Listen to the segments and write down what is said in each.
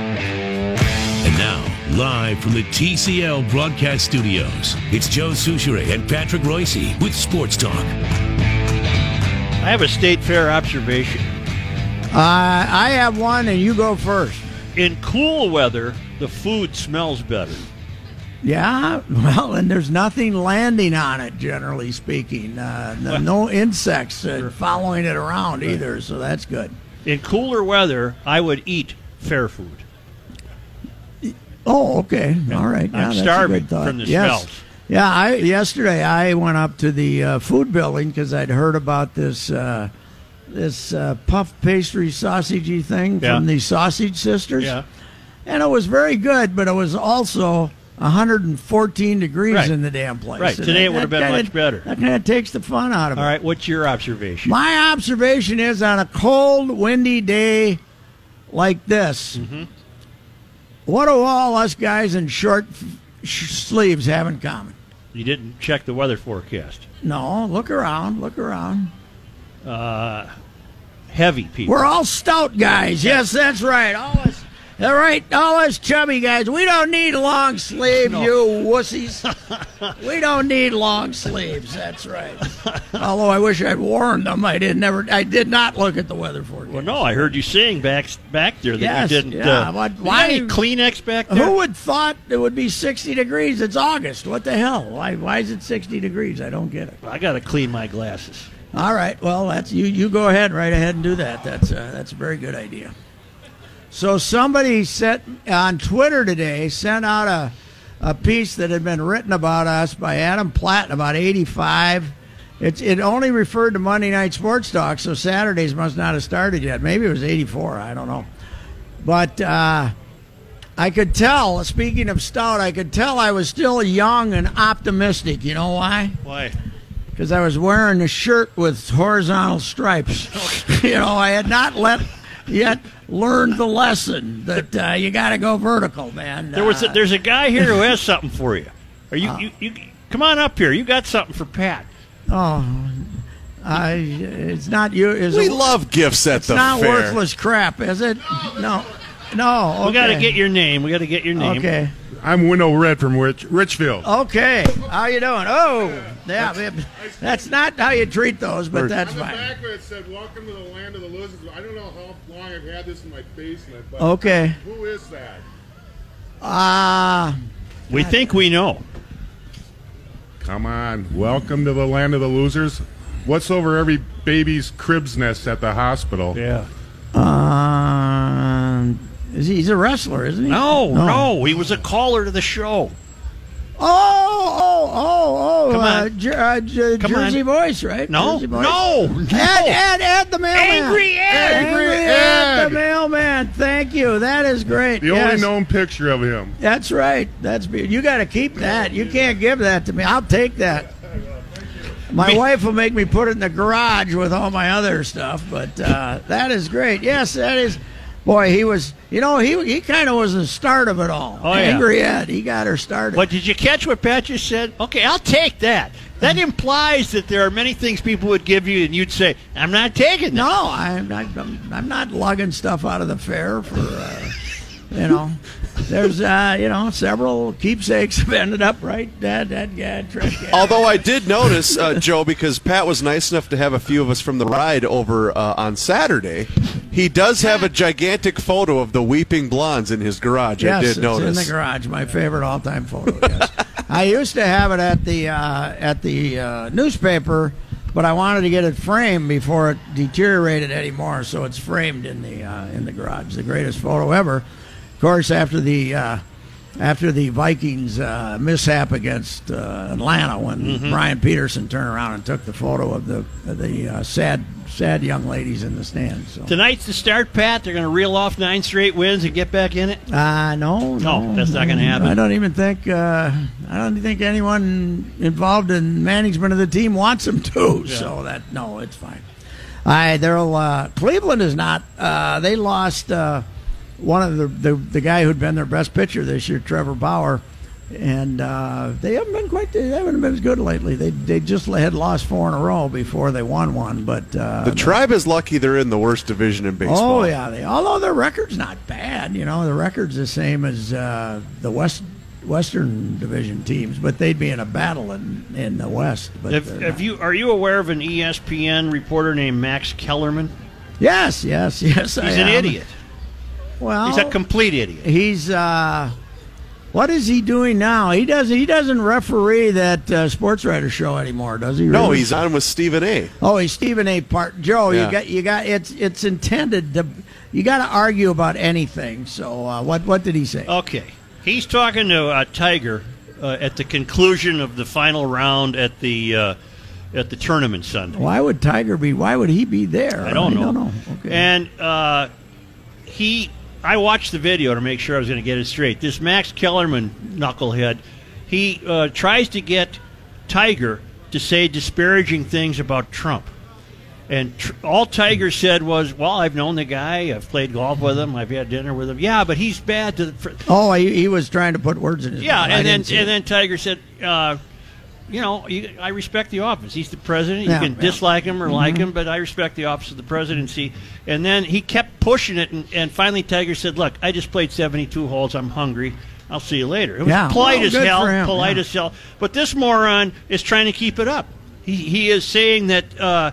And now, live from the TCL broadcast studios, it's Joe Souchere and Patrick Royce with Sports Talk. I have a state fair observation. Uh, I have one, and you go first. In cool weather, the food smells better. Yeah, well, and there's nothing landing on it, generally speaking. Uh, no, no insects uh, following it around either, so that's good. In cooler weather, I would eat fair food. Oh, okay, all right. Yeah, I'm that's a starving good thought. from the yes. smells. Yeah, I yesterday I went up to the uh, food building because I'd heard about this uh, this uh, puff pastry sausagey thing Yeah. from the Sausage Sisters. Yeah. and it was very good, but it was also 114 degrees Right. in the damn place. Right. And Today it that- would have been that kinda- much better. That kind of takes the fun out of All it. right, what's your observation? My observation is on a cold, windy day like this, what do all us guys in short f- sh- sleeves have in common? you didn't check the weather forecast. No, look around, look around. Uh, Heavy people. We're all stout guys. Yes, that's right. All us, all right, all us chubby guys. We don't need long sleeves, you wussies. we don't need long sleeves. That's right. Although I wish I'd worn them. I did never. I did not look at the weather forecast. well, no, I heard you saying back back there that Yes, you didn't. yeah, uh, what- you got why- any Kleenex back there? Who would thought it would be 60 degrees? It's August. What the hell? Why, why is it 60 degrees? I don't get it. I got to clean my glasses. All right. Well, that's you. You go ahead, right ahead, and do that. That's uh, that's a very good idea. So somebody sent on Twitter today sent out a a piece that had been written about us by Adam Platt about eighty five. It's it only referred to Monday night sports talk, so Saturdays must not have started yet. Maybe it was eighty four. I don't know, but. uh I could tell, speaking of stout, I could tell I was still young and optimistic. You know why? Why? because I was wearing a shirt with horizontal stripes. you know, I had not let yet learned the lesson that uh, you got to go vertical, man. There was a, Uh, there's a guy here who has something for you. Are you, you, you come on up here? You got something for Pat? oh, I, it's not you. Is We it, love gifts at It's the not fair. worthless crap, is it? No, no. Okay. We got to get your name. We got to get your name. Okay. I'm Winnow Red from Rich, Richfield. Oh, Okay. How you doing? Oh, yeah. That's, not how you treat those, but that's On the fine. back where it said, "Welcome to the land of the losers," I don't know how long I've had this in my basement, but Okay. who is that? Ah. We think we know. Come on, welcome to the land of the losers. What's over every baby's crib's nest at the hospital? Yeah. Um, is he, he's a wrestler, isn't he? No, no, he was a caller to the show. Oh, oh, oh, oh. Come on. Uh, Jer- uh, Jer- Come Jersey on. Voice, right? No, Jersey Voice. no, no. Ed, Ed, Ed, the mailman. Angry Ed. Angry Angry Ed, the Ed. mailman. Thank you. That is great. The yes. only known picture of him. That's right. That's beautiful. You got to keep that. You can't give that to me. I'll take that. My wife will make me put it in the garage with all my other stuff, but uh, that is great. Yes, that is. Boy, he was. You know, he he kind of was the start of it all. Oh, yeah. Angry Ed. He got her started. But did you catch what Pat just said? Okay, I'll take that. That implies that there are many things people would give you, and you'd say, "I'm not taking that." No, I'm not. I'm, I'm not lugging stuff out of the fair for. Uh, you know, there's uh, you know several keepsakes have ended up right dad dad dad trash can. Although I did notice, uh, Joe, because Pat was nice enough to have a few of us from the ride over uh, on Saturday, he does have a gigantic photo of the Weeping Blondes in his garage. Yes, I did it's notice. in the garage. My favorite all-time photo. Yes, I used to have it at the uh, at the uh, newspaper, but I wanted to get it framed before it deteriorated anymore. So it's framed in the uh, in the garage. The greatest photo ever. Of course, after the uh, after the Vikings uh, mishap against uh, Atlanta, when Brian Peterson turned around and took the photo of the of the uh, sad sad young ladies in the stands. So. Tonight's the start, Pat. They're going to reel off nine straight wins and get back in it. Uh, no, No, that's not gonna happen. I don't even think uh, I don't think anyone involved in management of the team wants him to. So that no, it's fine. I they'll uh, Cleveland is not. Uh, they lost uh, one of the, the the guy who'd been their best pitcher this year, Trevor Bauer, and uh, they haven't been quite. They haven't been as good lately. They they just had lost four in a row before they won one, but uh, the tribe is lucky they're in the worst division in baseball. Oh yeah, they, although their record's not bad, you know, the record's the same as uh, the West Western Division teams, but they'd be in a battle in, in the West. But If, they're if not. you are you aware of an E ESPN reporter named Max Kellerman? yes, yes, yes, I He's an am. idiot. Well, He's a complete idiot. he's uh, what is he doing now? He doesn't he doesn't referee that uh, sports writer show anymore, does he? No, really? he's on with Stephen A. Oh, he's Stephen A. Part Joe. You Yeah. got you got it's it's intended to you got to argue about anything. So uh, what what did he say? Okay, he's talking to uh, Tiger uh, at the conclusion of the final round at the uh, at the tournament Sunday. Why would Tiger be? Why would he be there? I don't know. Okay. And uh, he, I watched the video to make sure I was going to get it straight. This Max Kellerman knucklehead, he uh, tries to get Tiger to say disparaging things about Trump. And tr- all Tiger said was, "Well, I've known the guy. I've played golf with him. I've had dinner with him. Yeah, but he's bad to the." Fr- oh, he, he was trying to put words in his yeah, mouth. I and then didn't see and it. then Tiger said, uh, "You know, you, I respect the office. He's the president. You Yeah, can yeah. Mm-hmm. dislike him or like him, but I respect the office of the presidency." And then he kept pushing it, and, and finally Tiger said, "Look, I just played seventy-two holes. I'm hungry." I'll see you later. It was Yeah. polite Well, as good hell, for him, polite yeah. as hell. But this moron is trying to keep it up. He, he is saying that uh,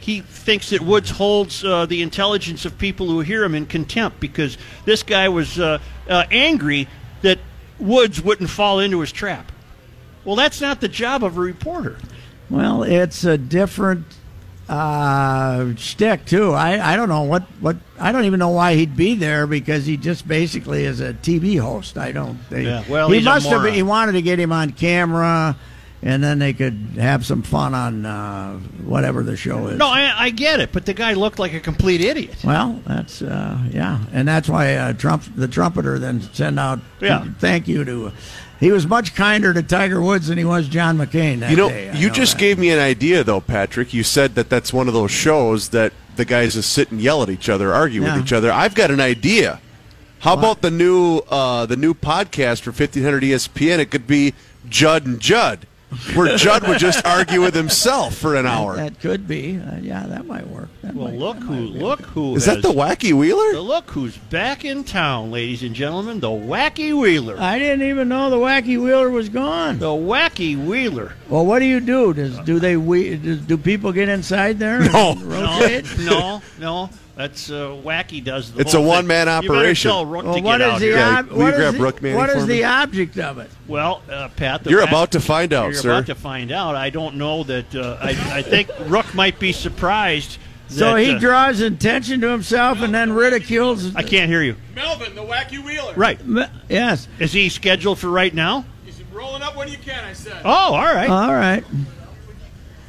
he thinks that Woods holds uh, the intelligence of people who hear him in contempt because this guy was uh, uh, angry that Woods wouldn't fall into his trap. Well, that's not the job of a reporter. well, it's a different uh, shtick too. I, I don't know what, what I don't even know why he'd be there because he just basically is a TV host. I don't. They, Yeah, well, he he's a must have. moron. He wanted to get him on camera, and then they could have some fun on uh, whatever the show is. No, I, I get it, but the guy looked like a complete idiot. Well, that's uh, yeah, and that's why uh, Trump, the trumpeter, then sent out Yeah. thank you to. he was much kinder to Tiger Woods than he was John McCain. That You know, day, I you just that. gave me an idea, though, Patrick. You said that that's one of those shows that the guys just sit and yell at each other, argue Yeah. with each other. I've got an idea. How about the new uh, the new podcast for fifteen hundred E ESPN? It could be Judd and Judd, where Judd would just argue with himself for an hour. That could be, uh, yeah, that might work. That Well, might- look that who, might be look okay. who Is that has- the Wacky Wheeler? Look who's back in town, ladies and gentlemen. The Wacky Wheeler. I didn't even know the wacky wheeler was gone. The Wacky Wheeler. Well, what do you do? Does do they we, does, do people get inside there? and No. No, rotate? no, no. That's uh, Wacky does the. It's whole a thing. one-man operation. You better tell Rook Well, to what get out is the here. Yeah, ob- will you what is grab the- Rook Manning what for is me? the object of it? Well, uh, Pat, the You're fact- about to find out, you're sir. about to find out. I don't know that. Uh, I, I think Rook might be surprised. That, So he uh, draws attention to himself and then ridicules. I can't hear you. Melvin, the wacky wheeler. Right. Yes. Is he scheduled for right now? He's rolling up when you can, I said. Oh, all right. All right.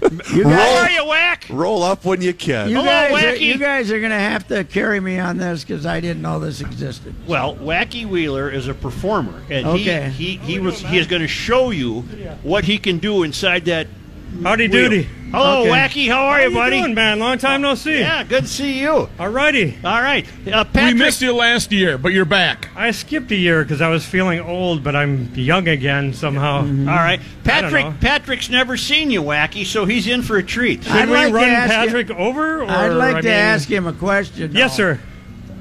How Roll, are you, Whack? roll up when you can. You Hello, guys, are, Wacky. you guys are going to have to carry me on this because I didn't know this existed. Well, Wacky Wheeler is a performer, and Okay. he, he, he was he is going to show you what he can do inside that. Howdy wheel. doody. Hello, Okay. Wacky. How are you, buddy? doing, man? Long time no see. Yeah, good to see you. Alrighty. All right, uh, We Patrick. missed you last year, but you're back. I skipped a year because I was feeling old, but I'm young again somehow. All right, I don't Patrick. know. Patrick's never seen you, Wacky, so he's in for a treat. Should I'd we like to run ask you- Patrick over? Or, I'd like I to mean- ask him a question. Yes, though. sir.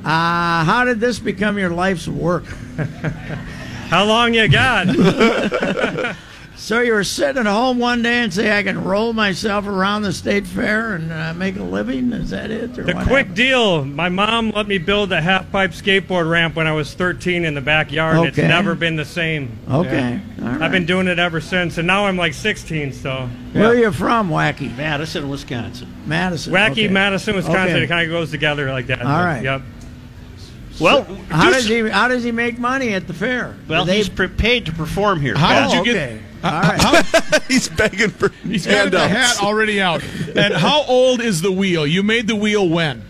Uh, how did this become your life's work? How long you got? So you were sitting at home one day and say, I can roll myself around the state fair and uh, make a living? Is that it? Or The what quick happened? deal. My mom let me build a half pipe skateboard ramp when I was 13 in the backyard. It's Okay. never been the same. Okay. All I've been doing it ever since, and now I'm like 16. So Where are you from, Wacky? Madison, Wisconsin. Madison. wacky okay. Madison, Wisconsin. Okay. It kind of goes together like that. All right. Yep. Well, How do does s- he? How does he make money at the fair? Well, Do they, he's pre- paid to perform here. How Pat. did you Oh, get? okay. Uh, All right. how- He's begging for he's got the hat handouts. already out. And how old is the wheel? You made the wheel when?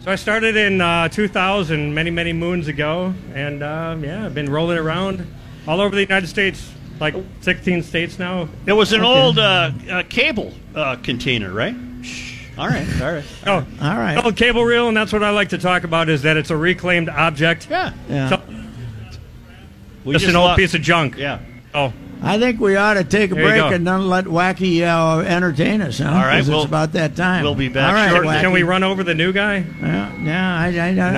So I started in uh, 2000, many many moons ago, and uh, yeah, I've been rolling around all over the United States, like 16 states now. It was an old uh, uh, cable uh, container, right? All right, all right. Oh, all right. Oh, cable reel, and that's what I like to talk about is that it's a reclaimed object. Yeah. Yeah. So, We just, an old lo- piece of junk. Yeah. Oh, I think we ought to take a There you break go. and then let Wacky uh, entertain us. Huh? All right, 'Cause we'll- it's about that time. we'll be back All right, shortly. Wacky. can we run over the new guy? Yeah, yeah, I, I,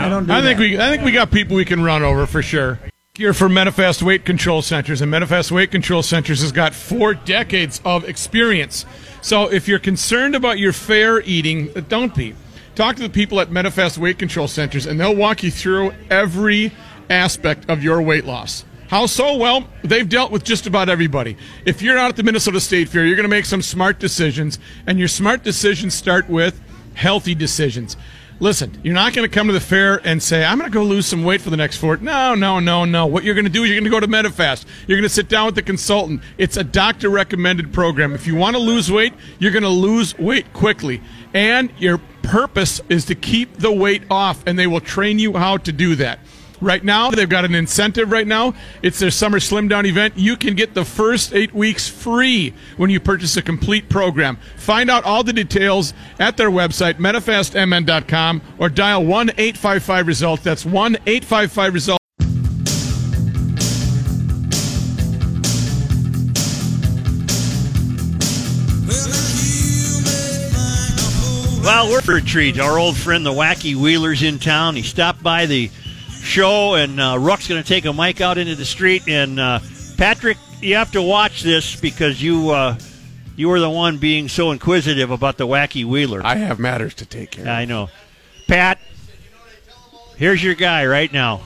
I, I don't do I think that. we I think we got people we can run over for sure. Here for Metafast Weight Control Centers, and Metafast Weight Control Centers has got four decades of experience. So if you're concerned about your fair eating, don't be. Talk to the people at Metafast Weight Control Centers, and they'll walk you through every aspect of your weight loss. How so? Well, they've dealt with just about everybody. If you're out at the Minnesota State Fair, you're going to make some smart decisions, and your smart decisions start with healthy decisions. Listen, you're not going to come to the fair and say, I'm going to go lose some weight for the next four. No, no, no, no. What you're going to do is you're going to go to MetaFast. You're going to sit down with the consultant. It's a doctor recommended program. If you want to lose weight, you're going to lose weight quickly. And your purpose is to keep the weight off, and they will train you how to do that. Right now, they've got an incentive right now. It's their Summer Slim Down event. You can get the first eight weeks free when you purchase a complete program. Find out all the details at their website, metafastmn.com, or dial 1 855 result. That's 1 855 result. Well, we're for a treat. Our old friend, the Wacky Wheeler's in town. He stopped by the show, and uh, Rook's going to take a mic out into the street. And uh, Patrick, you have to watch this because you uh, you were the one being so inquisitive about the Wacky Wheeler. I have matters to take care of. I know. Pat, here's your guy right now.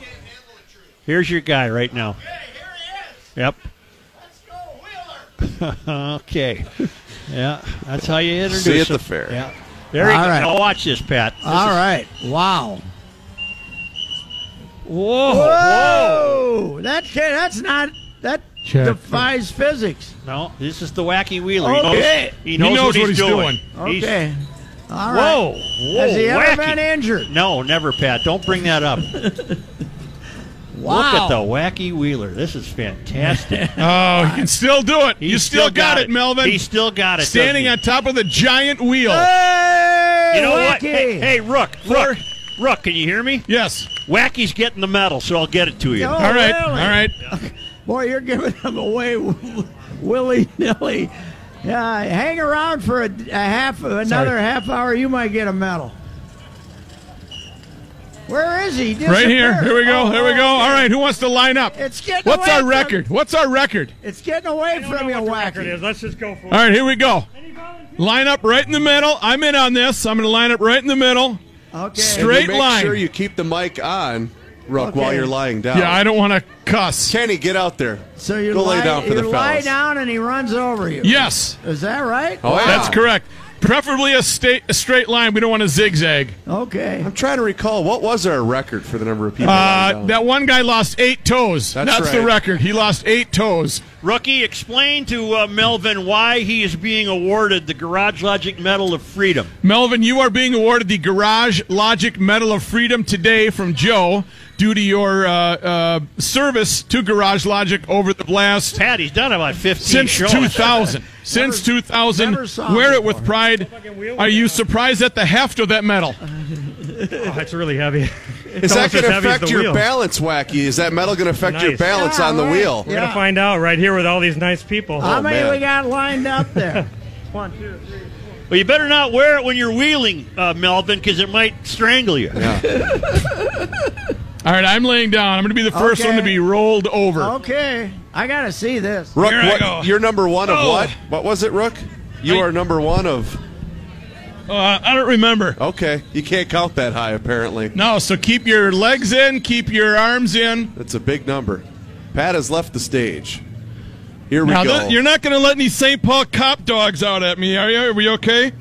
Here's your guy right now. Yep. okay. Yeah, that's how you introduce See you at the him. fair. Yeah. There you All go. right. Now watch this, Pat. This All is- right. Wow. Whoa. Whoa! That ca- that's not that Check. defies physics. No, this is the wacky wheeler. Okay. He knows, he knows what, he's, doing. He's- Okay. All right. whoa. Whoa. Has he ever wacky. been injured? No, never, Pat. Don't bring that up. Wow. Look at the wacky wheeler. This is fantastic. Oh, you can still do it. He you still, got, it, Melvin. He still got it. Standing on doesn't top of the giant wheel. he? Hey, You know what? Wacky! Hey, hey, Rook. Rook. Rook, can you hear me? Yes. Wacky's getting the medal, so I'll get it to you. Oh, All right. really? All right. Boy, you're giving them away willy nilly. Yeah, hang around for a, a half, another half hour. You might get a medal. Where is he? He Right here. disappeared. Here we go. Oh, Here we oh, go. All okay. right. Who wants to line up? It's getting What's away our from- record? What's our record? It's getting away I don't from know you, what the record wacky. is. Let's just go for it. All right, here we go. Any volunteers? Line up right in the middle. I'm in on this. I'm going to line up right in the middle. Okay. And Straight make line. sure you keep the mic on, Rook, Okay. while you're lying down. Yeah, I don't want to cuss. Kenny, get out there. So you Go lie, lay down for you the lie fellas. down and he runs over you. Yes, Is that right? Oh, yeah. that's correct. Preferably a, sta a straight line. We don't want to zigzag. Okay. I'm trying to recall what was our record for the number of people. lying Uh, down? that one guy lost eight toes. That's the right. record. He lost eight toes. Rookie, explain to uh, Melvin why he is being awarded the Garage Logic Medal of Freedom. Melvin, you are being awarded the Garage Logic Medal of Freedom today from Joe due to your uh, uh, service to Garage Logic over the last Pat, he's done about 15 since shows. 2000. Since Never- 2000, never saw him wear it before. with pride. Are you surprised at the heft of that medal? Oh, that's really heavy. Is that Almost as going to heavy as affect the your wheel. balance, Wacky? Is that metal going to affect your Nice. balance Yeah, on the right. wheel? We're Yeah. gonna find out right here with all these nice people. How Oh, many man. we got lined up there? One, two, three, four. Well, you better not wear it when you're wheeling, uh, Melvin, because it might strangle you. All right, I'm laying down. I'm going to be the first Okay. one to be rolled over. Okay, I gotta see this. Rook, Here I what- go. you're number one of Oh. what? What was it, Rook? You I- are number one of. Uh, I don't remember. Okay, you can't count that high apparently. No, so keep your legs in, keep your arms in. That's a big number. Pat has left the stage. Here we Now, go. th- you're not going to let any St. Paul cop dogs out at me, are you? Are we okay?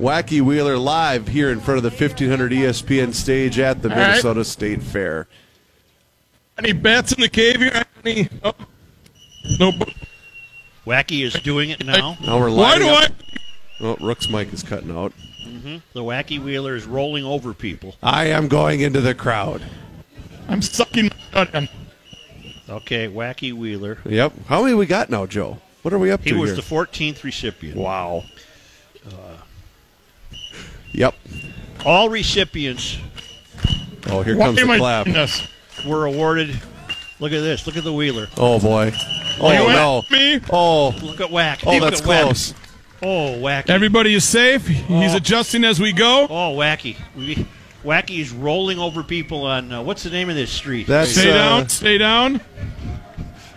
Wacky Wheeler live here in front of the E 1500 ESPN stage at the right. Minnesota State Fair. Any bats in the cave here? Any? Oh. Nope. Wacky is doing it now. Now we're Why lining do I? up. Oh, Rook's mic is cutting out. Mm-hmm. The Wacky Wheeler is rolling over people. I am going into the crowd. I'm sucking my gut in. Okay, Wacky Wheeler. Yep. How many we got now, Joe? What are we up He to was here? the 14th recipient. Uh, wow. yep. All recipients Oh, here Why comes the am I clap. doing this? were awarded. Look at this. Look at the Wheeler. Oh boy. Oh you at no. me? Oh. Look at Wack. Oh, Look that's at Wack. close. Oh, Wacky. Everybody is safe. Oh. He's adjusting as we go. oh, Wacky. We, wacky is rolling over people on uh, what's the name of this street? That's Stay uh, down. Stay down.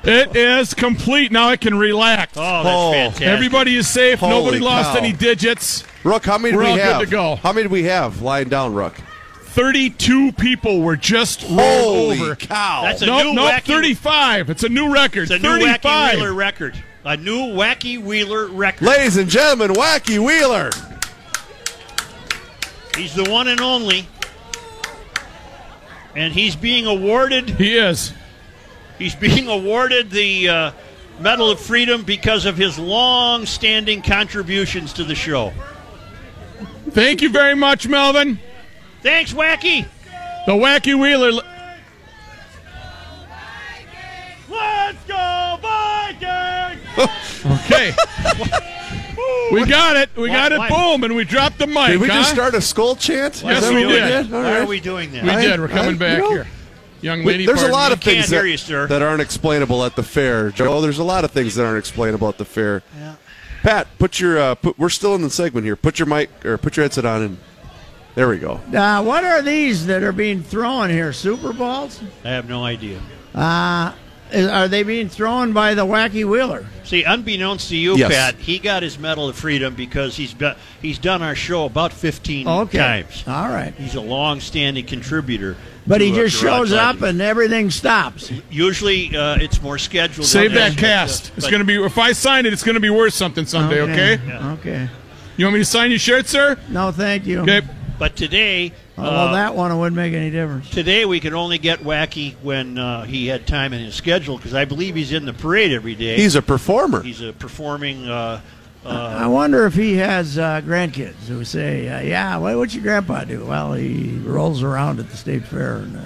It is complete. Now I can relax. oh, that's oh, fantastic. Everybody is safe. Holy Nobody lost cow. any digits. Rook. How many do We're we all good have? to go. How many do we have lying down, Rook? 32 people were just rolled Holy over. cow! That's a Nope, new nope, wacky. 35. It's a new It's record. a new 35. Wacky Wheeler record. A new Wacky Wheeler record. Ladies and gentlemen, Wacky Wheeler. He's the one and only. And he's being awarded. He is. He's being awarded the uh, Medal of Freedom because of his long-standing contributions to the show. Thank you very much, Melvin. Thanks, Wacky. The Wacky Wheeler. Let's go Vikings! Okay. we got it. We got it. Why- why- Boom. And we dropped the mic. Did we just huh? start a skull chant? Yes, Is that we what did. All Why are right. we doing that? We I- did. We're I- coming you back know, here. Young We- lady. there's a pardon lot me. of things can't that, hear you, sir. that aren't explainable at the fair, Joe. Oh, There's a lot of things that aren't explainable at the fair. Pat, put your uh, put, we're still in the segment here. Put your mic or put your headset on, and there we go. Uh, what are these that are being thrown here? Super balls? I have no idea. Uh, is, are they being thrown by the wacky wheeler? See, unbeknownst to you, Yes. Pat, he got his Medal of Freedom because he's be- he's done our show about 15 Okay. times. All right. He's a long-standing contributor. But he to, uh, just Garage shows up Lightning. and everything stops. usually uh, it's more scheduled. Save than that this, cast. but, It's going to be. If I sign it, it's going to be worth something someday. Okay. Okay. You want me to sign your shirt, sir? No, thank you. Okay. But today, Oh, uh, well, that one wouldn't make any difference. today we could only get wacky when uh, he had time in his schedule because I believe he's in the parade every day. He's a performer. he's a performing. Uh, I wonder if he has uh, grandkids who say, uh, "Yeah, what, what's your grandpa do?" Well, he rolls around at the state fair and, uh,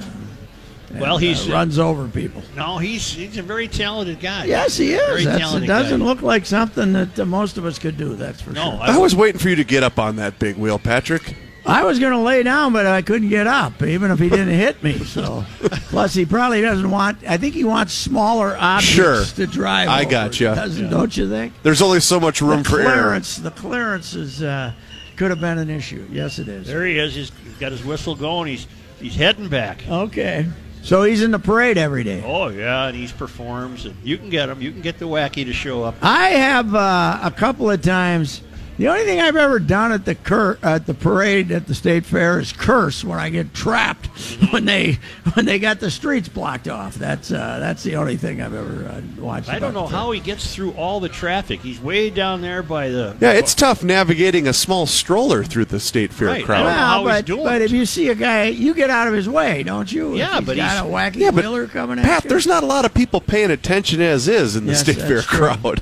and, Well, he's- uh, runs over people. no, he's he's a very talented guy. Yes, he is. Very That's, it talented doesn't guy. look like something that uh, most of us could do. That's for No, sure. I was waiting for you to get up on that big wheel, Patrick. I was going to lay down, but I couldn't get up, even if he didn't hit me. So, plus he probably doesn't want. I think he wants smaller objects Sure. to drive. I over. gotcha. Doesn't, Don't you think? There's only so much room the for error. clearance. The clearance is uh, could have been an issue. Yes, it is. There he is. He's he's got his whistle going. He's he's heading back. Okay. So he's in the parade every day. Oh yeah, and he's performs. And you can get him. You can get the wacky to show up. I have uh, a couple of times. The only thing I've ever done at the cur- at the parade at the state fair is curse when I get trapped when they when they got the streets blocked off. That's uh, that's the only thing I've ever uh, watched. I don't know about the how he gets through all the traffic. He's way down there by the. Yeah, it's tough navigating a small stroller through the state fair Right. crowd. I don't know how Well, he's but, doing but it. if you see a guy, you get out of his way, don't you? If Yeah, but got he's- a wacky Yeah, but wheeler coming at Pat, you. there's not a lot of people paying attention as is in the Yes, state that's fair true. crowd.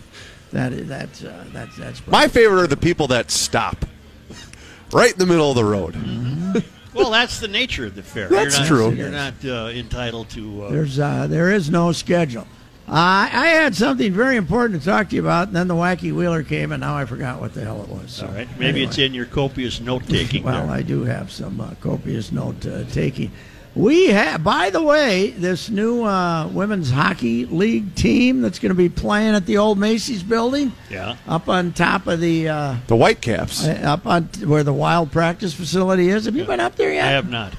that is that's uh, that's that's My favorite are the people that stop right in the middle of the road. Mm-hmm. Well, that's the nature of the fair. That's you're not, true. You're not uh, entitled to. Uh, There's uh, there is no schedule. I I had something very important to talk to you about, and then the wacky wheeler came, and now I forgot what the hell it was. So, all right. Maybe it's in your copious note taking. Well, there. I do have some uh, copious note uh, taking. We have, by the way, this new uh, women's hockey league team that's going to be playing at the old Macy's building. Yeah. Up on top of the uh, The Whitecaps. up on where the wild practice facility is. Have you been up there I yet? have not.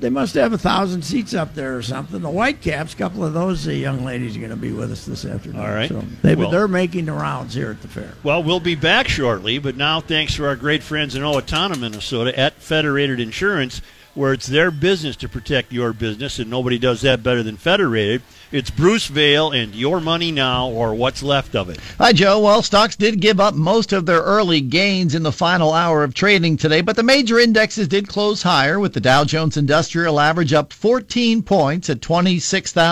They must have a thousand seats up there or something. The Whitecaps, a couple of those uh, young ladies are going to be with us this afternoon. All right. So they, Well- they're making the rounds here at the fair. Well, we'll be back shortly, but now thanks to our great friends in Owatonna, Minnesota at Federated Insurance, where it's their business to protect your business, and nobody does that better than Federated. It's Bruce Vail and Your Money Now, or What's Left of It. Hi, Joe. Well, stocks did give up most of their early gains in the final hour of trading today, but the major indexes did close higher, with the Dow Jones Industrial Average up 14 points at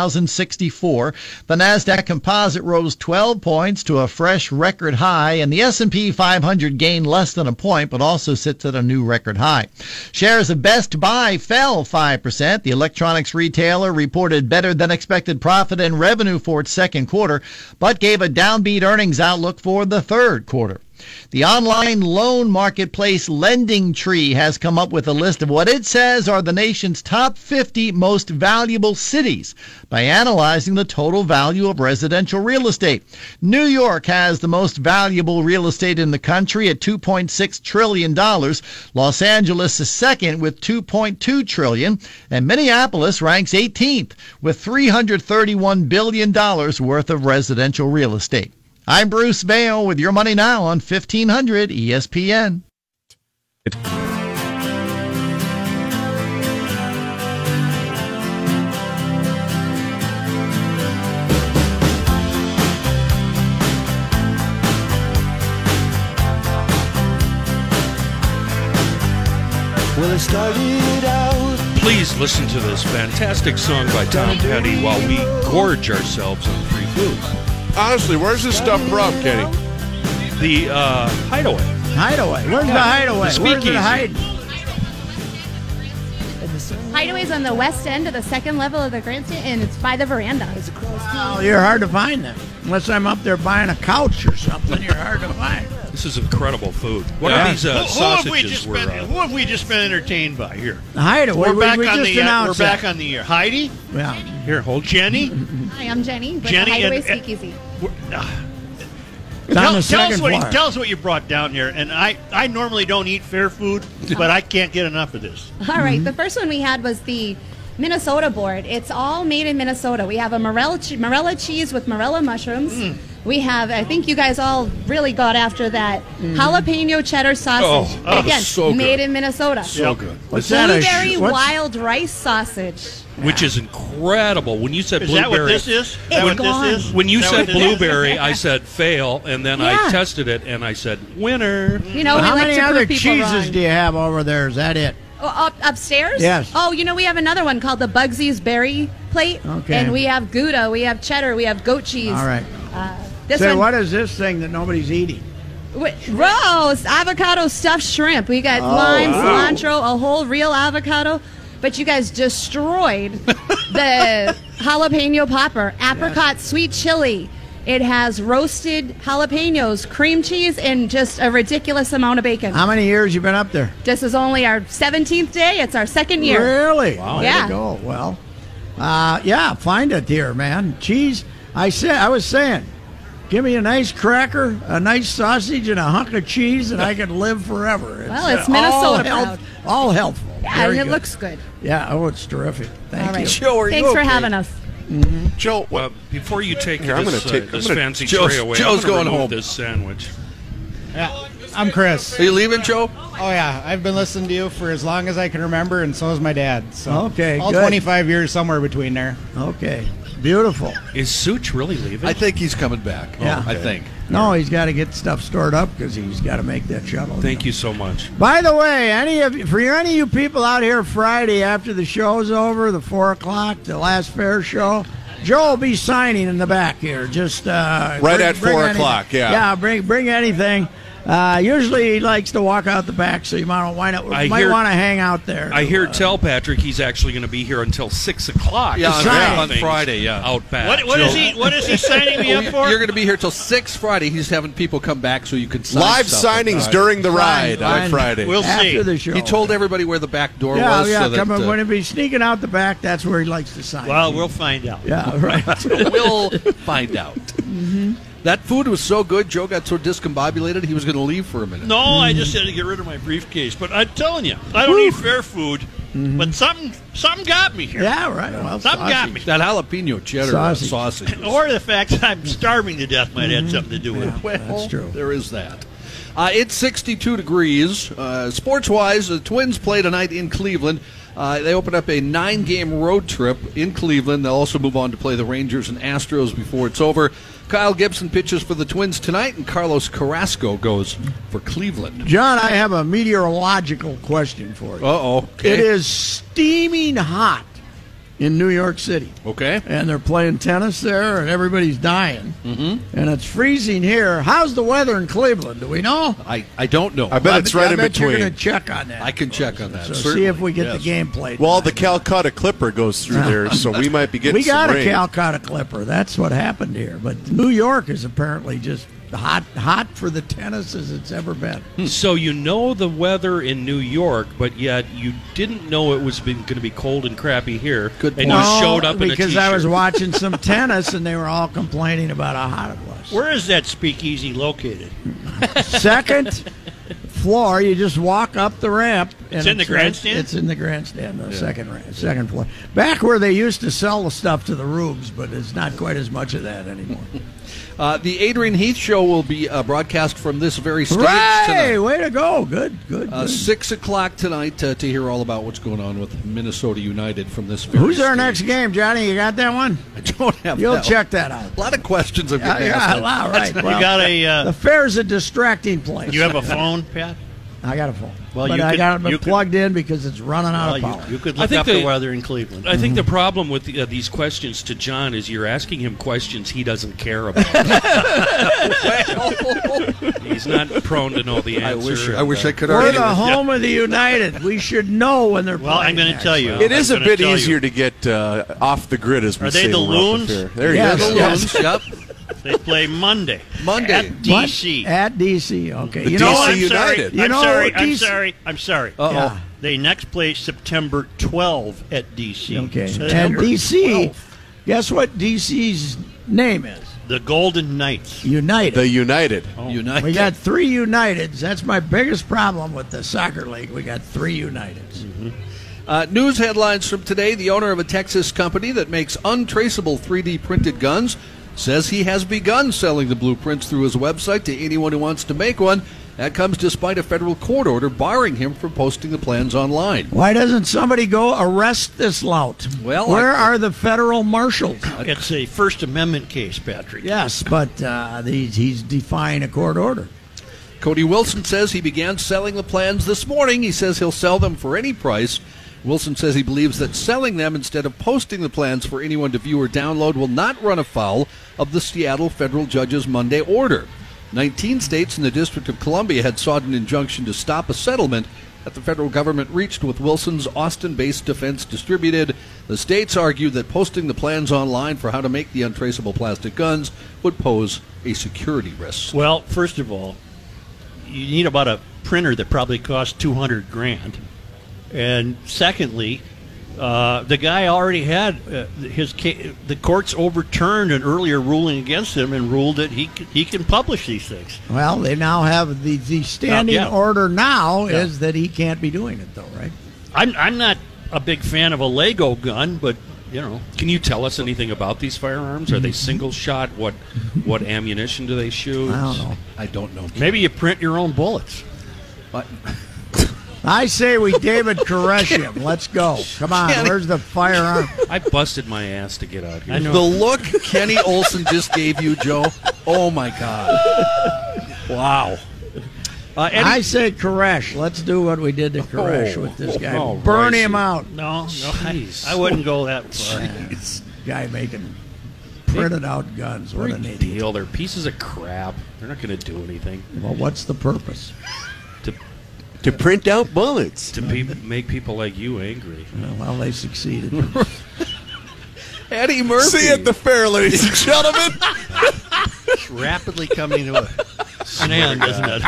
26,064. The Nasdaq Composite rose 12 points to a fresh record high, and the S&P 500 gained less than a point, but also sits at a new record high. Shares of Best Buy fell 5%. The electronics retailer reported better than expected profit and revenue for its second quarter, but gave a downbeat earnings outlook for the third quarter. The online loan marketplace Lending Tree has come up with a list of what it says are the nation's top 50 most valuable cities by analyzing the total value of residential real estate. New York has the most valuable real estate in the country at $2.6 trillion. Los Angeles is second with $2.2 trillion, and Minneapolis ranks 18th with $331 billion worth of residential real estate. I'm Bruce Vail with Your Money Now on E 1500 ESPN. Well, it started out. Please listen to this fantastic song by Tom Petty while we gorge ourselves on free food. Honestly, where's this stuff from, Kenny? The uh, Hideaway. Hideaway. Where's Yeah. the hideaway? The Where's it speakeasy. hiding? Hideaway's on the west end of the second level of the grandstand, and it's by the veranda. Oh, you're hard to find them. Unless I'm up there buying a couch or something, you're hard to find. This is incredible food. What Yeah. are these uh, Who- who have we sausages just were? been- Uh, Who have we just been entertained by here? Hideaway. We're We- back we on just the uh, we're announced back that. on the air. Heidi, Yeah. here, hold Jenny. Hi, I'm Jenny with Jenny the Hideaway and- and- Speakeasy. It's on uh, Tell, the tell us second what you, floor. tell us what you brought down here, and I, I normally don't eat fair food, but I can't get enough of this. All right, Mm-hmm. the first one we had was the Minnesota board. It's all made in Minnesota. We have a morella, che- morella cheese with morella mushrooms. Mm. We have, I think you guys all really got after that Mm. jalapeno cheddar sausage. Oh, oh, Again, so good. made in Minnesota. so good. What's that? A Blueberry sh- what's- wild rice sausage. Which is incredible. When you said Is blueberry, that what this is? Is that It's what gone. this is? When you Is that said what this is? blueberry, I said fail, and then I Yeah. tested it and I said winner. You know, we How like many to prove other people cheeses wrong. do you have over there? Is that it? Oh, up, upstairs? Yes. Oh, you know, we have another one called the Bugsy's Berry Plate. Okay. And we have Gouda, we have cheddar, we have goat cheese. All right. Uh, this Say, one, what is this thing that nobody's eating? Wait, roast avocado stuffed shrimp. We Oh, got lime, cilantro, a whole real avocado. But you guys destroyed the jalapeno popper, apricot sweet chili. It has roasted jalapenos, cream cheese, and just a ridiculous amount of bacon. How many years you been up there? this is only our 17th day. It's our second year. Really? Wow. Way Yeah. to go. Well, uh, yeah, find it here, man. Cheese. I said, I was saying, give me a nice cracker, a nice sausage, and a hunk of cheese, and I could live forever. Well, it's uh, Minnesota all, proud. health, all healthful. Yeah, and Very it good. looks good. Yeah, oh, it's terrific. Thank All right. you. Mm-hmm. Thanks for having us. Joe, Uh, what? before you take Here, I'm this, gonna uh, take- this I'm gonna- fancy Joe's- tray away, Joe's I'm gonna going remove home. This sandwich. I'm Chris. Are you leaving, Joe? Oh yeah, I've been listening to you for as long as I can remember, and so has my dad. So Okay, all good. 25 years somewhere between there. Okay, beautiful. Is Such really leaving? I think he's coming back. Yeah. I think. No, he's got to get stuff stored up because he's got to make that shuttle. Thank you so much. By the way, any of you, for any of you people out here Friday after the show's over, the four o'clock, the last fair show, Joe will be signing in the back here. Just uh, Right at 4 o'clock, anything- yeah. yeah. Bring bring anything. Uh, usually he likes to walk out the back, so you might, why not, I might hear- want to hang out there. I hear tell Patrick he's actually going to be here until six o'clock. Yeah, on Friday. something on Friday, yeah. out back. What- what is he- what is he signing me up Oh, for? You're going to be here till six Friday. He's having people come back so you can sign Live stuff. signings Right. during the ride on Fine. Friday. We'll After see. the show. He told everybody where the back door yeah, was. yeah. so that, come on, uh, when he be sneaking out the back, that's where he likes to sign. Well, we'll find out. Yeah, right. we'll find out. Mm-hmm. That food was so good, Joe got so discombobulated he was going to leave for a minute. No, I just had to get rid of my briefcase. But I'm telling you, I don't eat fair food. But something, something got me here. Mm-hmm. Yeah, right. Well, something got me. That jalapeno cheddar Sausage. sausage. sausage. Mm-hmm. Or the fact that I'm starving to death might have something to do with it. Well, There is that. Uh, it's 62 degrees. Uh, sports wise, the Twins play tonight in Cleveland. Uh, they open up a nine game road trip in Cleveland. They'll also move on to play the Rangers and Astros before it's over. Kyle Gibson pitches for the Twins tonight, and Carlos Carrasco goes for Cleveland. John, I have a meteorological question for Uh you. oh. It is steaming hot in New York City. Okay. And they're playing tennis there, and everybody's dying. Mm-hmm. And it's freezing here. How's the weather in Cleveland? Do we know? I, I don't know. I bet it's right in bet You're between. going to check on that. I can check on that. So certainly, see if we get yes. the game played. Well, the Calcutta Clipper goes through there, so we might be getting we got some a rain. Calcutta Clipper. That's what happened here. But New York is apparently just hot, hot for the tennis as it's ever been. Hmm. So you know the weather in New York, but yet you didn't know it was going to be cold and crappy here. Good And you No, showed up in a because I was t-shirt. watching some tennis, and they were all complaining about how hot it was. Where is that speakeasy located? second floor. You just walk up the ramp. It's in the grandstand? It's in the grandstand, the Yeah. second ra- second floor, back where they used to sell the stuff to the rubes, but it's not quite as much of that anymore. Uh, the Adrian Heath Show will be uh, broadcast from this very stage Hooray! tonight. Way to go! Good, good. Uh, good. six o'clock tonight uh, to hear all about what's going on with Minnesota United from this. very Who's our stage. next game, Johnny? You got that one? I don't have. You'll that check one. that out. A lot of questions have been Yeah, yeah, asked. all right. You Well, got a, uh, the fair's a distracting place. You have a phone, Pat? I got a phone. Well, but you I could- got it you could- plugged in because it's running out of Mm-hmm. Well, power. you, you could look up the weather in Cleveland. I think the problem with the, uh, these questions to John is you're asking him questions he doesn't care about. He's not prone to know the I answer. wish- I wish I could We're the home of the United. We should know when they're Well, I'm playing going to next. tell you. It is I'm a gonna bit tell you. easier to get uh, off the grid, as we Are they say. the when we're off Loons? air. There Yeah, he is. the Loons. Yep. They play Monday. Monday. At DC. What? At DC. Okay. The you know, DC I'm United. Sorry. You I'm know, sorry. I'm DC sorry. I'm sorry. Uh-oh. Yeah. They next play September 12 at DC. Okay. And September DC. 12. Guess what DC's name is? The Golden Knights. United. The United. Oh. United. We got three Uniteds. That's my biggest problem with the soccer league. We got three Uniteds. Uh, news headlines from today: The owner of a Texas company that makes untraceable 3D printed guns says he has begun selling the blueprints through his website to anyone who wants to make one. That comes despite a federal court order barring him from posting the plans online. Why doesn't somebody go arrest this lout? Well, where I- are the federal marshals? It's a First Amendment case, Patrick. Yes, but uh, he's, he's defying a court order. Cody Wilson says he began selling the plans this morning. He says he'll sell them for any price. Wilson says he believes that selling them instead of posting the plans for anyone to view or download will not run afoul of the Seattle federal judge's Monday order. 19 states and the District of Columbia had sought an injunction to stop a settlement that the federal government reached with Wilson's Austin based defense distributed. The states argued that posting the plans online for how to make the untraceable plastic guns would pose a security risk. Well, first of all, you need about a printer that probably costs 200 grand. And secondly, uh, the guy already had uh, his ca- the courts overturned an earlier ruling against him and ruled that he c- he can publish these things. Well, they now have the, the standing yeah. order now Yeah. is that he can't be doing it, though, right? I'm I'm not a big fan of a Lego gun, but you know, Mm-hmm. Can you tell us anything about these firearms? Are they single shot? What what ammunition do they shoot? I don't know. I don't know. maybe you print your own bullets. I say we David Koreshim. Let's go. Come on. Kenny. Where's the firearm? I busted my ass to get out here. The look Kenny Olson just gave you, Joe. Oh my God! Wow. Uh, Eddie- I say Koresh. Let's do what we did to Koresh with this guy. Oh, Burn Ricey. him out. No, no, I, Jeez. I wouldn't go that far. Guy making printed out guns. What an Big idiot. deal. They're pieces of crap. They're not going to do anything. Well, what's the purpose? To, to print out bullets. To pe- make people like you angry. Well, they succeeded. Eddie Murphy. See you at the fair, ladies and gentlemen. It's rapidly coming to a An end, isn't it?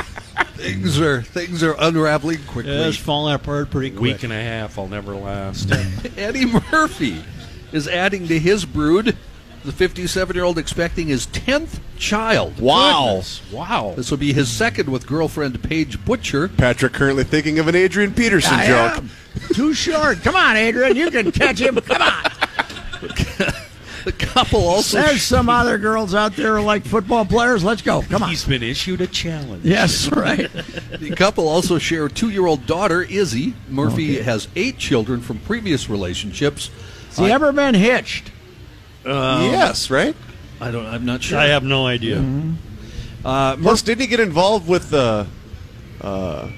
Things are things are unraveling quickly. Yeah, it's falling apart pretty quick. Week and a half, I'll never last. Eddie Murphy is adding to his brood. The 57 year old expecting his 10th child. Wow. Goodness. Wow. This will be his second with girlfriend Paige Butcher. Patrick currently thinking of an Adrian Peterson I joke. am. Too short. Come on, Adrian. You can catch him. Come on. the couple also. There's some other girls out there who like football players. Let's go. Come on. He's been issued a challenge. Yes, right. the couple also share a two year old daughter, Izzy. Murphy has eight children from previous relationships. Has he ever been hitched? Um, Uh, Yes, right? I don't. I'm not sure. I have no idea. Mm-hmm. Uh, Plus, didn't he get involved with uh, uh,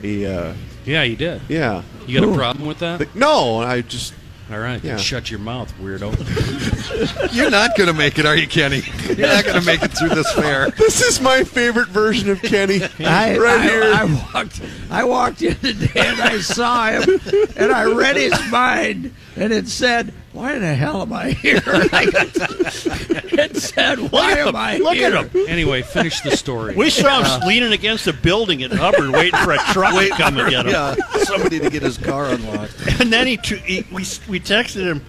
the? Uh, Yeah, you did. yeah. You got a problem with that? The- no, I just. All right, Yeah. then shut your mouth, weirdo. You're not going to make it, are you, Kenny? You're not going to make it through this fair. This is my favorite version of Kenny. I, right I- here. I walked. I walked in today and I saw him, and I read his mind, and it said, "Why the hell am I here?" it said, "Why am I Look here?" at him. anyway, finish the story. Uh, We saw him leaning against a building at Hubbard, waiting for a truck to come and get him. Yeah, somebody to get his car unlocked. And then he, t- he we we texted him.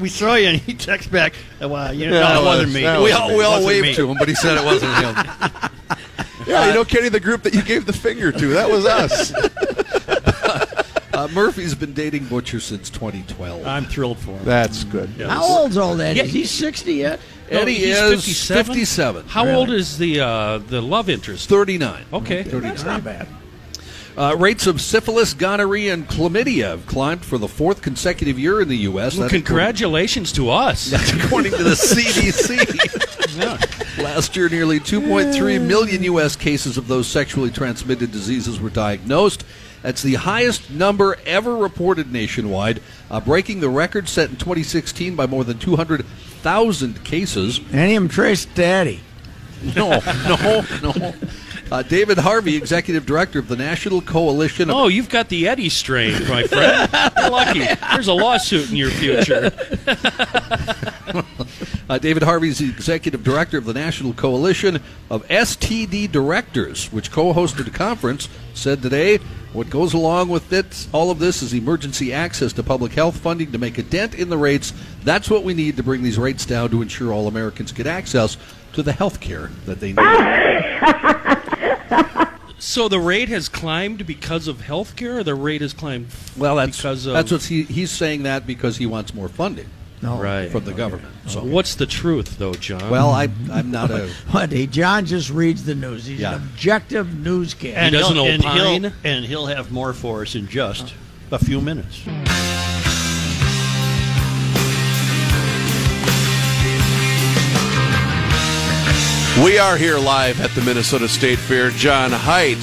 We saw you, and he texted back. Well, you know, Yeah, no, that it wasn't was- me. that We was all, me. we all Wasn't waved me. to him, but he said it wasn't him. Yeah, you know, Kenny, the group that you gave the finger to, that was us. Uh, Murphy's been dating Butcher since 2012. I'm thrilled for him. That's good. How old's old Eddie? Is he sixty yet? No, Eddie he's is 57? 57. How old is the uh, the love interest? 39. Okay. That's not bad. Uh, rates of syphilis, gonorrhea, and chlamydia have climbed for the fourth consecutive year in the U.S. Well, That's congratulations to us. That's according to the CDC. Last year, nearly 2.3 million U.S. cases of those sexually transmitted diseases were diagnosed. That's the highest number ever reported nationwide, uh, breaking the record set in 2016 by more than 200,000 cases. And him traced Daddy. No, no, no. Uh, David Harvey, executive director of the National Coalition of Oh, you've got the Eddie strain, my friend. You're lucky. There's a lawsuit in your future. Uh, David Harvey is the executive director of the National Coalition of STD Directors, which co hosted a conference, said today what goes along with it, all of this is emergency access to public health funding to make a dent in the rates. That's what we need to bring these rates down to ensure all Americans get access to the health care that they need. So the rate has climbed because of health care, or the rate has climbed Well, that's, because of. that's what he, he's saying that because he wants more funding No. Right. from the government. So So, what's the truth, though, John? well, I, I'm not a. What? He, John just reads the news. He's Yeah. an objective newscaster. And doesn't he'll, And opine? he'll, and he'll have more for us in just a few minutes. We are here live at the Minnesota State Fair. John Height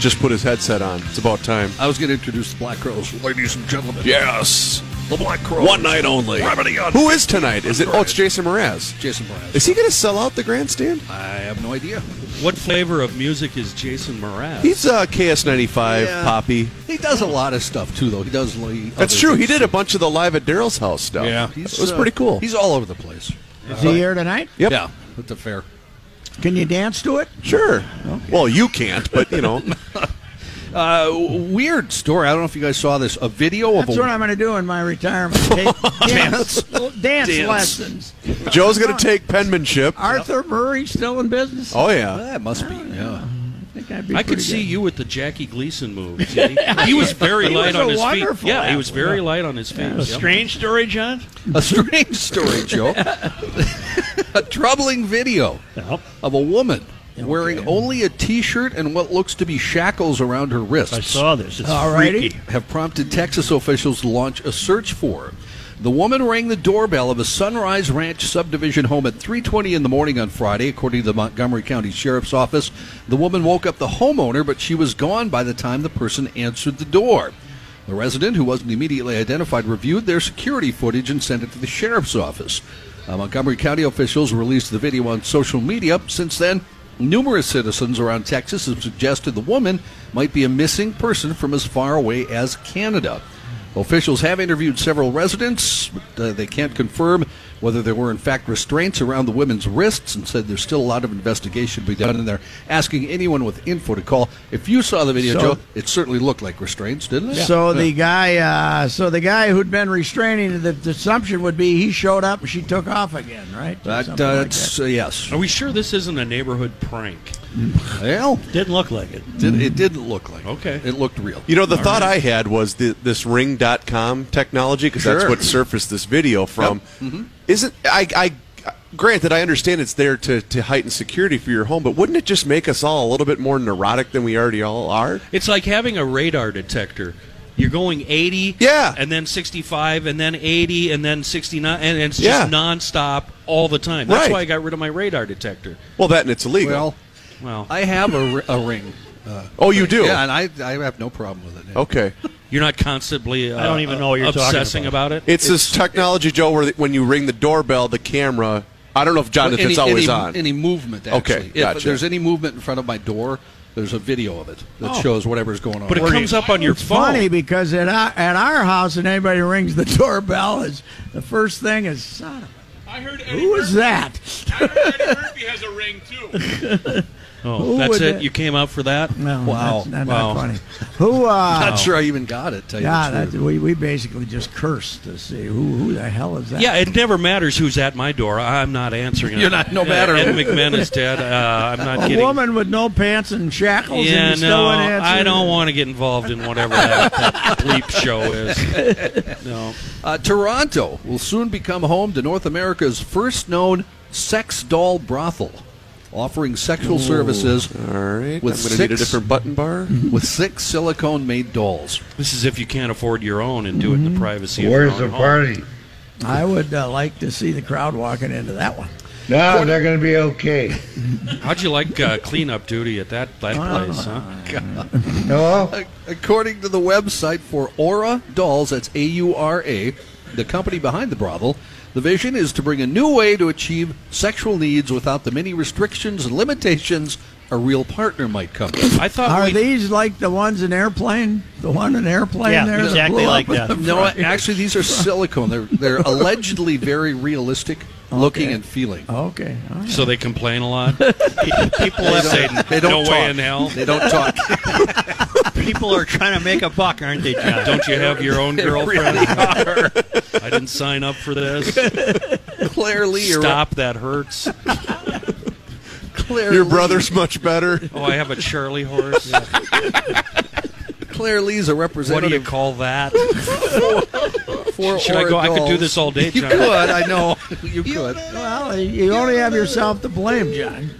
just put his headset on. It's about time. I was going to introduce the Black Crows, ladies and gentlemen. Yes. The Black Crows. One night only. Remedy on- Who is tonight? Is it? Oh, it's Jason Mraz. Jason Mraz. Is he going to sell out the grandstand? I have no idea. what flavor of music is Jason Mraz? He's uh, KS95 Yeah. Poppy. He does a lot of stuff too, though. He does. Like, That's other true. He things, did too. a bunch of the live at Daryl's house stuff. Yeah, it was pretty uh, cool. He's all over the place. Is he here tonight? Yep. Yeah, at the fair. Can you dance to it? Sure. Well, you can't, but you know. Uh, weird story. I don't know if you guys saw this. A video That's of a what I'm going to do in my retirement. Take dance, dance, lessons. Joe's going to take penmanship. Arthur Murray still in business? Oh yeah. that must be. Yeah. I think I'd be I could pretty see good. you with the Jackie Gleason moves. He, he was very He light was a on his feet. wonderful Yeah, he was athlete. very light on his feet. A Yep. strange story, John? A strange story, Joe. a troubling video No. of a woman wearing only a T-shirt and what looks to be shackles around her wrists. I saw this. It's All freaky. righty. have prompted Texas officials to launch a search for her. The woman rang the doorbell of a Sunrise Ranch subdivision home at 3:20 in the morning on Friday, according to the Montgomery County Sheriff's Office. The woman woke up the homeowner, but she was gone by the time the person answered the door. The resident, who wasn't immediately identified, reviewed their security footage and sent it to the sheriff's office. Uh, Montgomery County officials released the video on social media. Since then, numerous citizens around Texas have suggested the woman might be a missing person from as far away as Canada. Officials have interviewed several residents, but uh, they can't confirm whether there were in fact restraints around the women's wrists and said there's still a lot of investigation to be done, and they're asking anyone with info to call. If you saw the video, So- Joe, it certainly looked like restraints, didn't it? So Yeah. the guy, uh, so the guy who'd been restraining, the, the assumption would be he showed up and she took off again, right? That, uh, Something like that's uh, yes. Are we sure this isn't a neighborhood prank? Well, didn't look like it. Did, it didn't look like okay. it. It looked real. You know, the All thought right. I had was the, this ring.com technology, because that's Sure. what surfaced this video from. Mhm. Isn't I, I granted I understand it's there to, to heighten security for your home, but wouldn't it just make us all a little bit more neurotic than we already all are? It's like having a radar detector. You're going 80, yeah, and then 65, and then 80, and then 69, and it's Yeah. just nonstop all the time. That's Right. why I got rid of my radar detector. Well, that and it's illegal. Well, well, I have a, ri- a ring. Uh, Oh, you do? Yeah, and I, I have no problem with it. Okay. You're not constantly. Uh, I don't even know what you're talking obsessing about. it. It's, this technology, Joe, where the- when you ring the doorbell, the camera. I don't know if John, if Any- it's always any, on. Any movement, Okay, actually. If gotcha. there's any movement in front of my door, there's a video of it that Oh. shows whatever's going on. But it Where comes do you- up on your It's funny because at our, at our house, and anybody who rings the doorbell is the first thing is son of a-" Who is that? has a ring too. Oh, Who that's would it. it- You came out for that? No. Wow. Oh, that's not- not wow. funny. Who? Uh, Not sure I even got it. Tell you yeah, the that, truth. we we basically just cursed to see who who the hell is that? Yeah, it never matters who's at my door. I'm not answering. it. You're not- no Uh, matter. Ed McMahon is dead. Uh, I'm not a kidding. woman with no pants and shackles. yeah, and you still no, wouldn't answer I it? don't want to get involved in whatever that, that bleep show is. No. Uh, Toronto will soon become home to North America's first known sex doll brothel, offering sexual Ooh, services All right. with I'm going to need a six- different button bar. with six silicone-made dolls. This is if you can't afford your own and do it in Mm-hmm. the privacy Where's of the your own home. party? I would uh, like to see the crowd walking into that one. No, they're going to be okay. How'd you like uh, cleanup duty at that, that Ah. place, huh? Mm-hmm. Oh. Ac- According to the website for Aura Dolls, that's A U R A, the company behind the brothel, the vision is to bring a new way to achieve sexual needs without the many restrictions and limitations a real partner might come with. I thought Are these like the ones in airplane? The one in airplane there? that blew up in the No, front? actually, these are silicone. They're they're allegedly very realistic looking and feeling. Okay. So they complain a lot. People They have don't- said they don't no talk. way in hell. They don't talk. People are trying to make a buck, aren't they, John? Don't you have your own They really girlfriend? are. I didn't sign up for this. Clearly, you're- stop. That hurts. Clearly, Your brother's much better. Oh, I have a Charlie horse. Claire Lee's a What do representative. you call that? for Should I Aura go? I could do Dolls. this all day, You John. could. I know. You could. Well, you only have yourself to blame, John.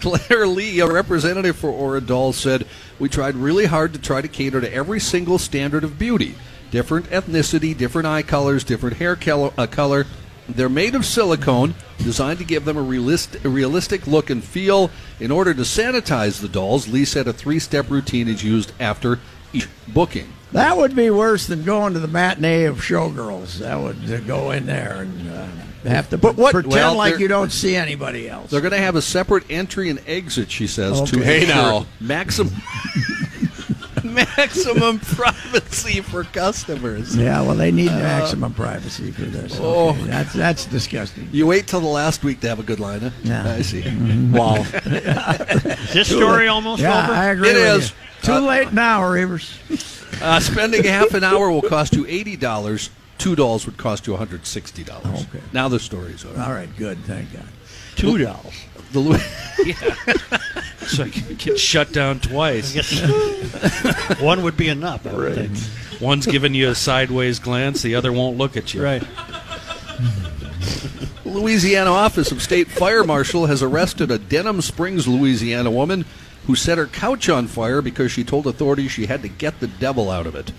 Claire Lee, a representative for Oradol, said, We tried really hard to try to cater to every single standard of beauty. Different ethnicity, different eye colors, different hair col- uh, color. They're made of silicone, designed to give them a, realist- a realistic look and feel. In order to sanitize the dolls, Lee said a three step routine is used after each booking. That would be worse than going to the matinee of showgirls. That would uh, go in there and uh, have to But what- pretend Well, like they're- you don't see anybody else. They're going to have a separate entry and exit, she says, to Okay. Hey, ensure now. maximum maximum privacy for customers. Yeah, well, they need Uh, maximum privacy for this. oh. Okay, that's that's disgusting. You wait till the last week to have a good line, huh? Yeah. I see. Mm-hmm. Wow. Is this story almost yeah, over? I agree. It with is. you. Too late now, Reavers. Uh, spending half an hour will cost you eighty dollars. Two dolls would cost you one hundred sixty dollars. Okay. Now the story's over. All right, good. Thank God. Two dollars. The Lu- so I can get shut down twice. One would be enough. I would think. One's giving you a sideways glance, the other won't look at you. Right. Louisiana Office of State Fire Marshal has arrested a Denham Springs, Louisiana woman who set her couch on fire because she told authorities she had to get the devil out of it.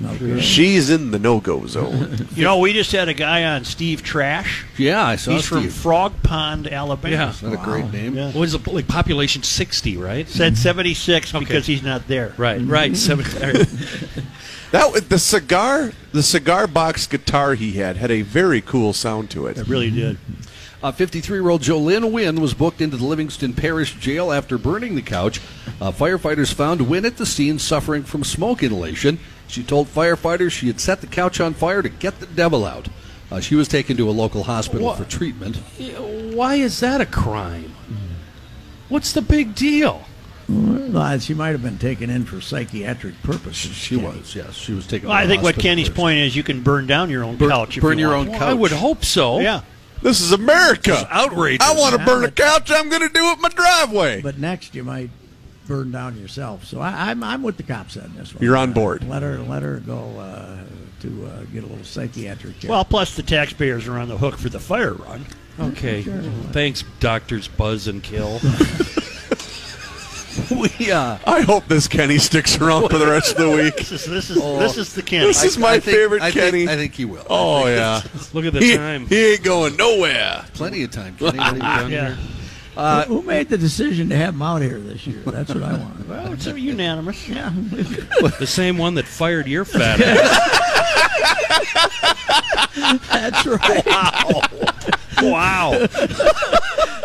She's in the no-go zone. You know, we just had a guy on Steve Trash. Yeah, I saw He's from Steve. Frog Pond, Alabama. Yeah. Isn't that a great Wow. name? Yeah. What is the like, population? Sixty, right? Said seventy-six because he's not there. Mm-hmm. Right, right. Seven, That was- the cigar, the cigar box guitar he had had a very cool sound to it. It really did. Uh, 53-year-old Jolynn Wynn was booked into the Livingston Parish Jail after burning the couch. Uh, firefighters found Wynn at the scene suffering from smoke inhalation. She told firefighters she had set the couch on fire to get the devil out. Uh, she was taken to a local hospital What? for treatment. Why is that a crime? What's the big deal? Well, she might have been taken in for psychiatric purposes. She was, yes, she was taken. Well, I think what Kenny's point is, you can burn down your own Burn- couch. If burn you your want. own Well, I couch. would hope so. Yeah, this is America. This is outrageous. I want to Yeah, burn a but- couch. I'm going to do it in my driveway. But next, you might burn down yourself. So I, I'm I'm with the cops on this one. Uh, You're on board. Let her let her go uh, to uh, get a little psychiatric care. Well, plus the taxpayers are on the hook for the fire run. Okay. Sure. Thanks, doctors Buzz and Kill. we, uh, I hope this Kenny sticks around for the rest of the week. This is this is this is the Kenny. Oh. This is I- my I think- favorite I think- Kenny. I think he will. Oh I think- yeah. Look at the He- time. He ain't going nowhere. Plenty of time. Kenny. What have you done Yeah. here? Uh, who, who made the decision to have him out here this year? That's what I want. Well, it's a unanimous. Yeah. the same one that fired your fat ass. That's right. Wow. Wow.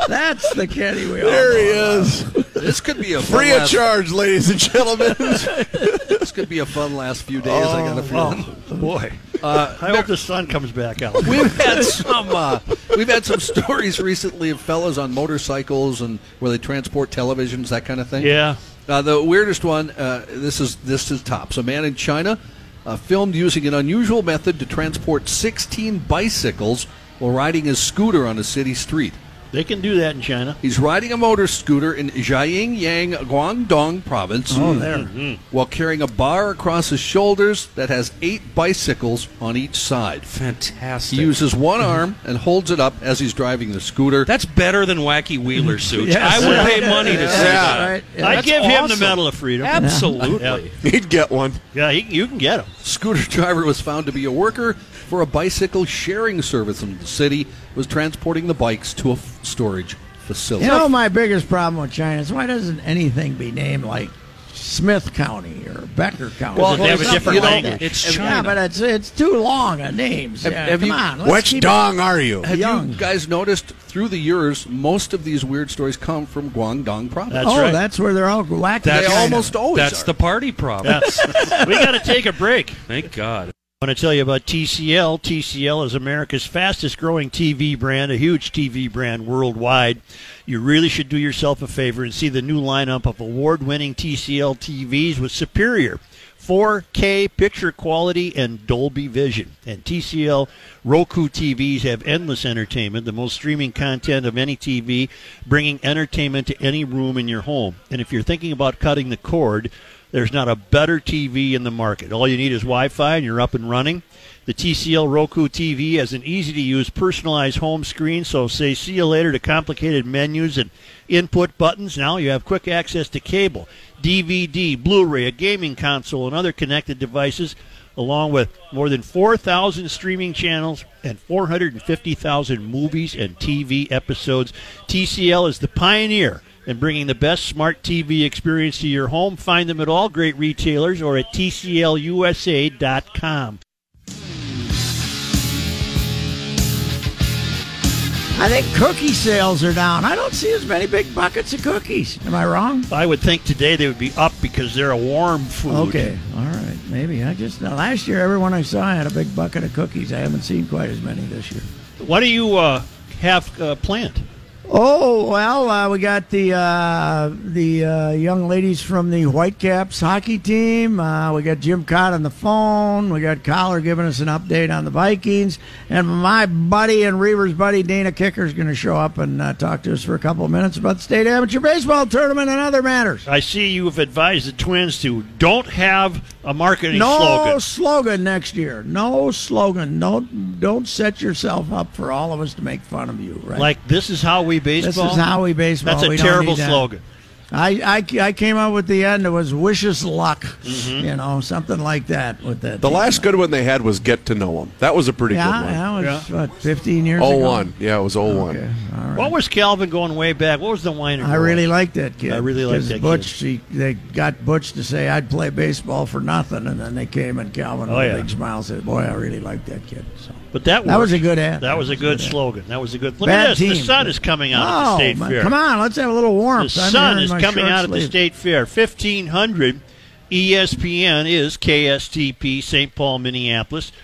That's the Kenny we all There he know. is. This could be a fun Free of last- charge, ladies and gentlemen. this could be a fun last few days. I got a Oh, feeling. boy. Uh, I hope the sun comes back out. We've had some uh, we've had some stories recently of fellas on motorcycles and where they transport televisions, that kind of thing. Yeah. Uh, the weirdest one. Uh, this is this is tops. A man in China uh, filmed using an unusual method to transport 16 bicycles while riding his scooter on a city street. They can do that in China. He's riding a motor scooter in Jiaxing, Guangdong province. Oh, there. While carrying a bar across his shoulders that has eight bicycles on each side. Fantastic. He uses one arm and holds it up as he's driving the scooter. Mm-hmm. That's better than wacky Wheeler suits. Yes. I would pay money to Yeah. see that. Right. Yeah. I That's give him the awesome. Medal of Freedom. Absolutely. He'd get one. Yeah, he, you can get him. Scooter driver was found to be a worker for a bicycle sharing service in the city. Was transporting the bikes to a f- storage facility. You know, my biggest problem with China is why doesn't anything be named like Smith County or Becker County? Well, They have a different you know, language. it's Yeah, China. but it's it's too long a name. Have- Yeah, have come you- on, let's keep it- Have Young. you guys noticed through the years, most of these weird stories come from Guangdong province? oh, that's where they're all wacky. They China. almost always That's are. the party province. we got to take a break. Thank God. I want to tell you about TCL. TCL is America's fastest growing TV brand, a huge TV brand worldwide. You really should do yourself a favor and see the new lineup of award winning TCL TVs with superior 4K picture quality and Dolby Vision. And TCL Roku TVs have endless entertainment, the most streaming content of any TV, bringing entertainment to any room in your home. And if you're thinking about cutting the cord, there's not a better TV in the market. All you need is Wi Fi and you're up and running. The TCL Roku TV has an easy to use personalized home screen, so say see you later to complicated menus and input buttons. Now you have quick access to cable, DVD, Blu ray, a gaming console, and other connected devices, along with more than 4,000 streaming channels and 450,000 movies and TV episodes. TCL is the pioneer and bringing the best smart TV experience to your home. Find them at all great retailers or at tclusa.com. I think cookie sales are down. I don't see as many big buckets of cookies. Am I wrong? I would think today they would be up because they're a warm food. Okay, all right, maybe. I just now, last year everyone I saw had a big bucket of cookies. I haven't seen quite as many this year. What do you uh, have uh, planned? Oh well, uh, we got the uh, the uh, young ladies from the Whitecaps hockey team. Uh, we got Jim Cott on the phone. We got Collar giving us an update on the Vikings, and my buddy and Reaver's buddy Dana Kicker is going to show up and uh, talk to us for a couple of minutes about the state amateur baseball tournament and other matters. I see you've advised the Twins to don't have a marketing no slogan. slogan next year. No slogan. Don't don't set yourself up for all of us to make fun of you. Right? Like, this is how we This baseball? is how we baseball. That's a We don't terrible need that. slogan. I, I, I came up with the end. It was wishes luck, Mm-hmm. you know, something like that. With that, The last good one they had was Get to Know Him. That was a pretty yeah, good one. Oh, that was what 15 years ago. 01. Yeah, it was 01. Okay, All right. What was Calvin going way back? What was the wine? I really liked that kid. I really liked 'Cause that kid. Butch, He, they got Butch to say I'd play baseball for nothing, and then they came and Calvin Oh, with a yeah. big smile said, "Boy, I really liked that kid." So But that That was worked. a good ad. That was a good slogan. That was a good. Look Bad at this. The team. sun is coming out oh, at the state man, fair. come on, let's have a little The warmth. I'm sun here in is my coming short out at the state sleeve. fair. E Fifteen hundred. ESPN is KSTP St. Paul, Minneapolis.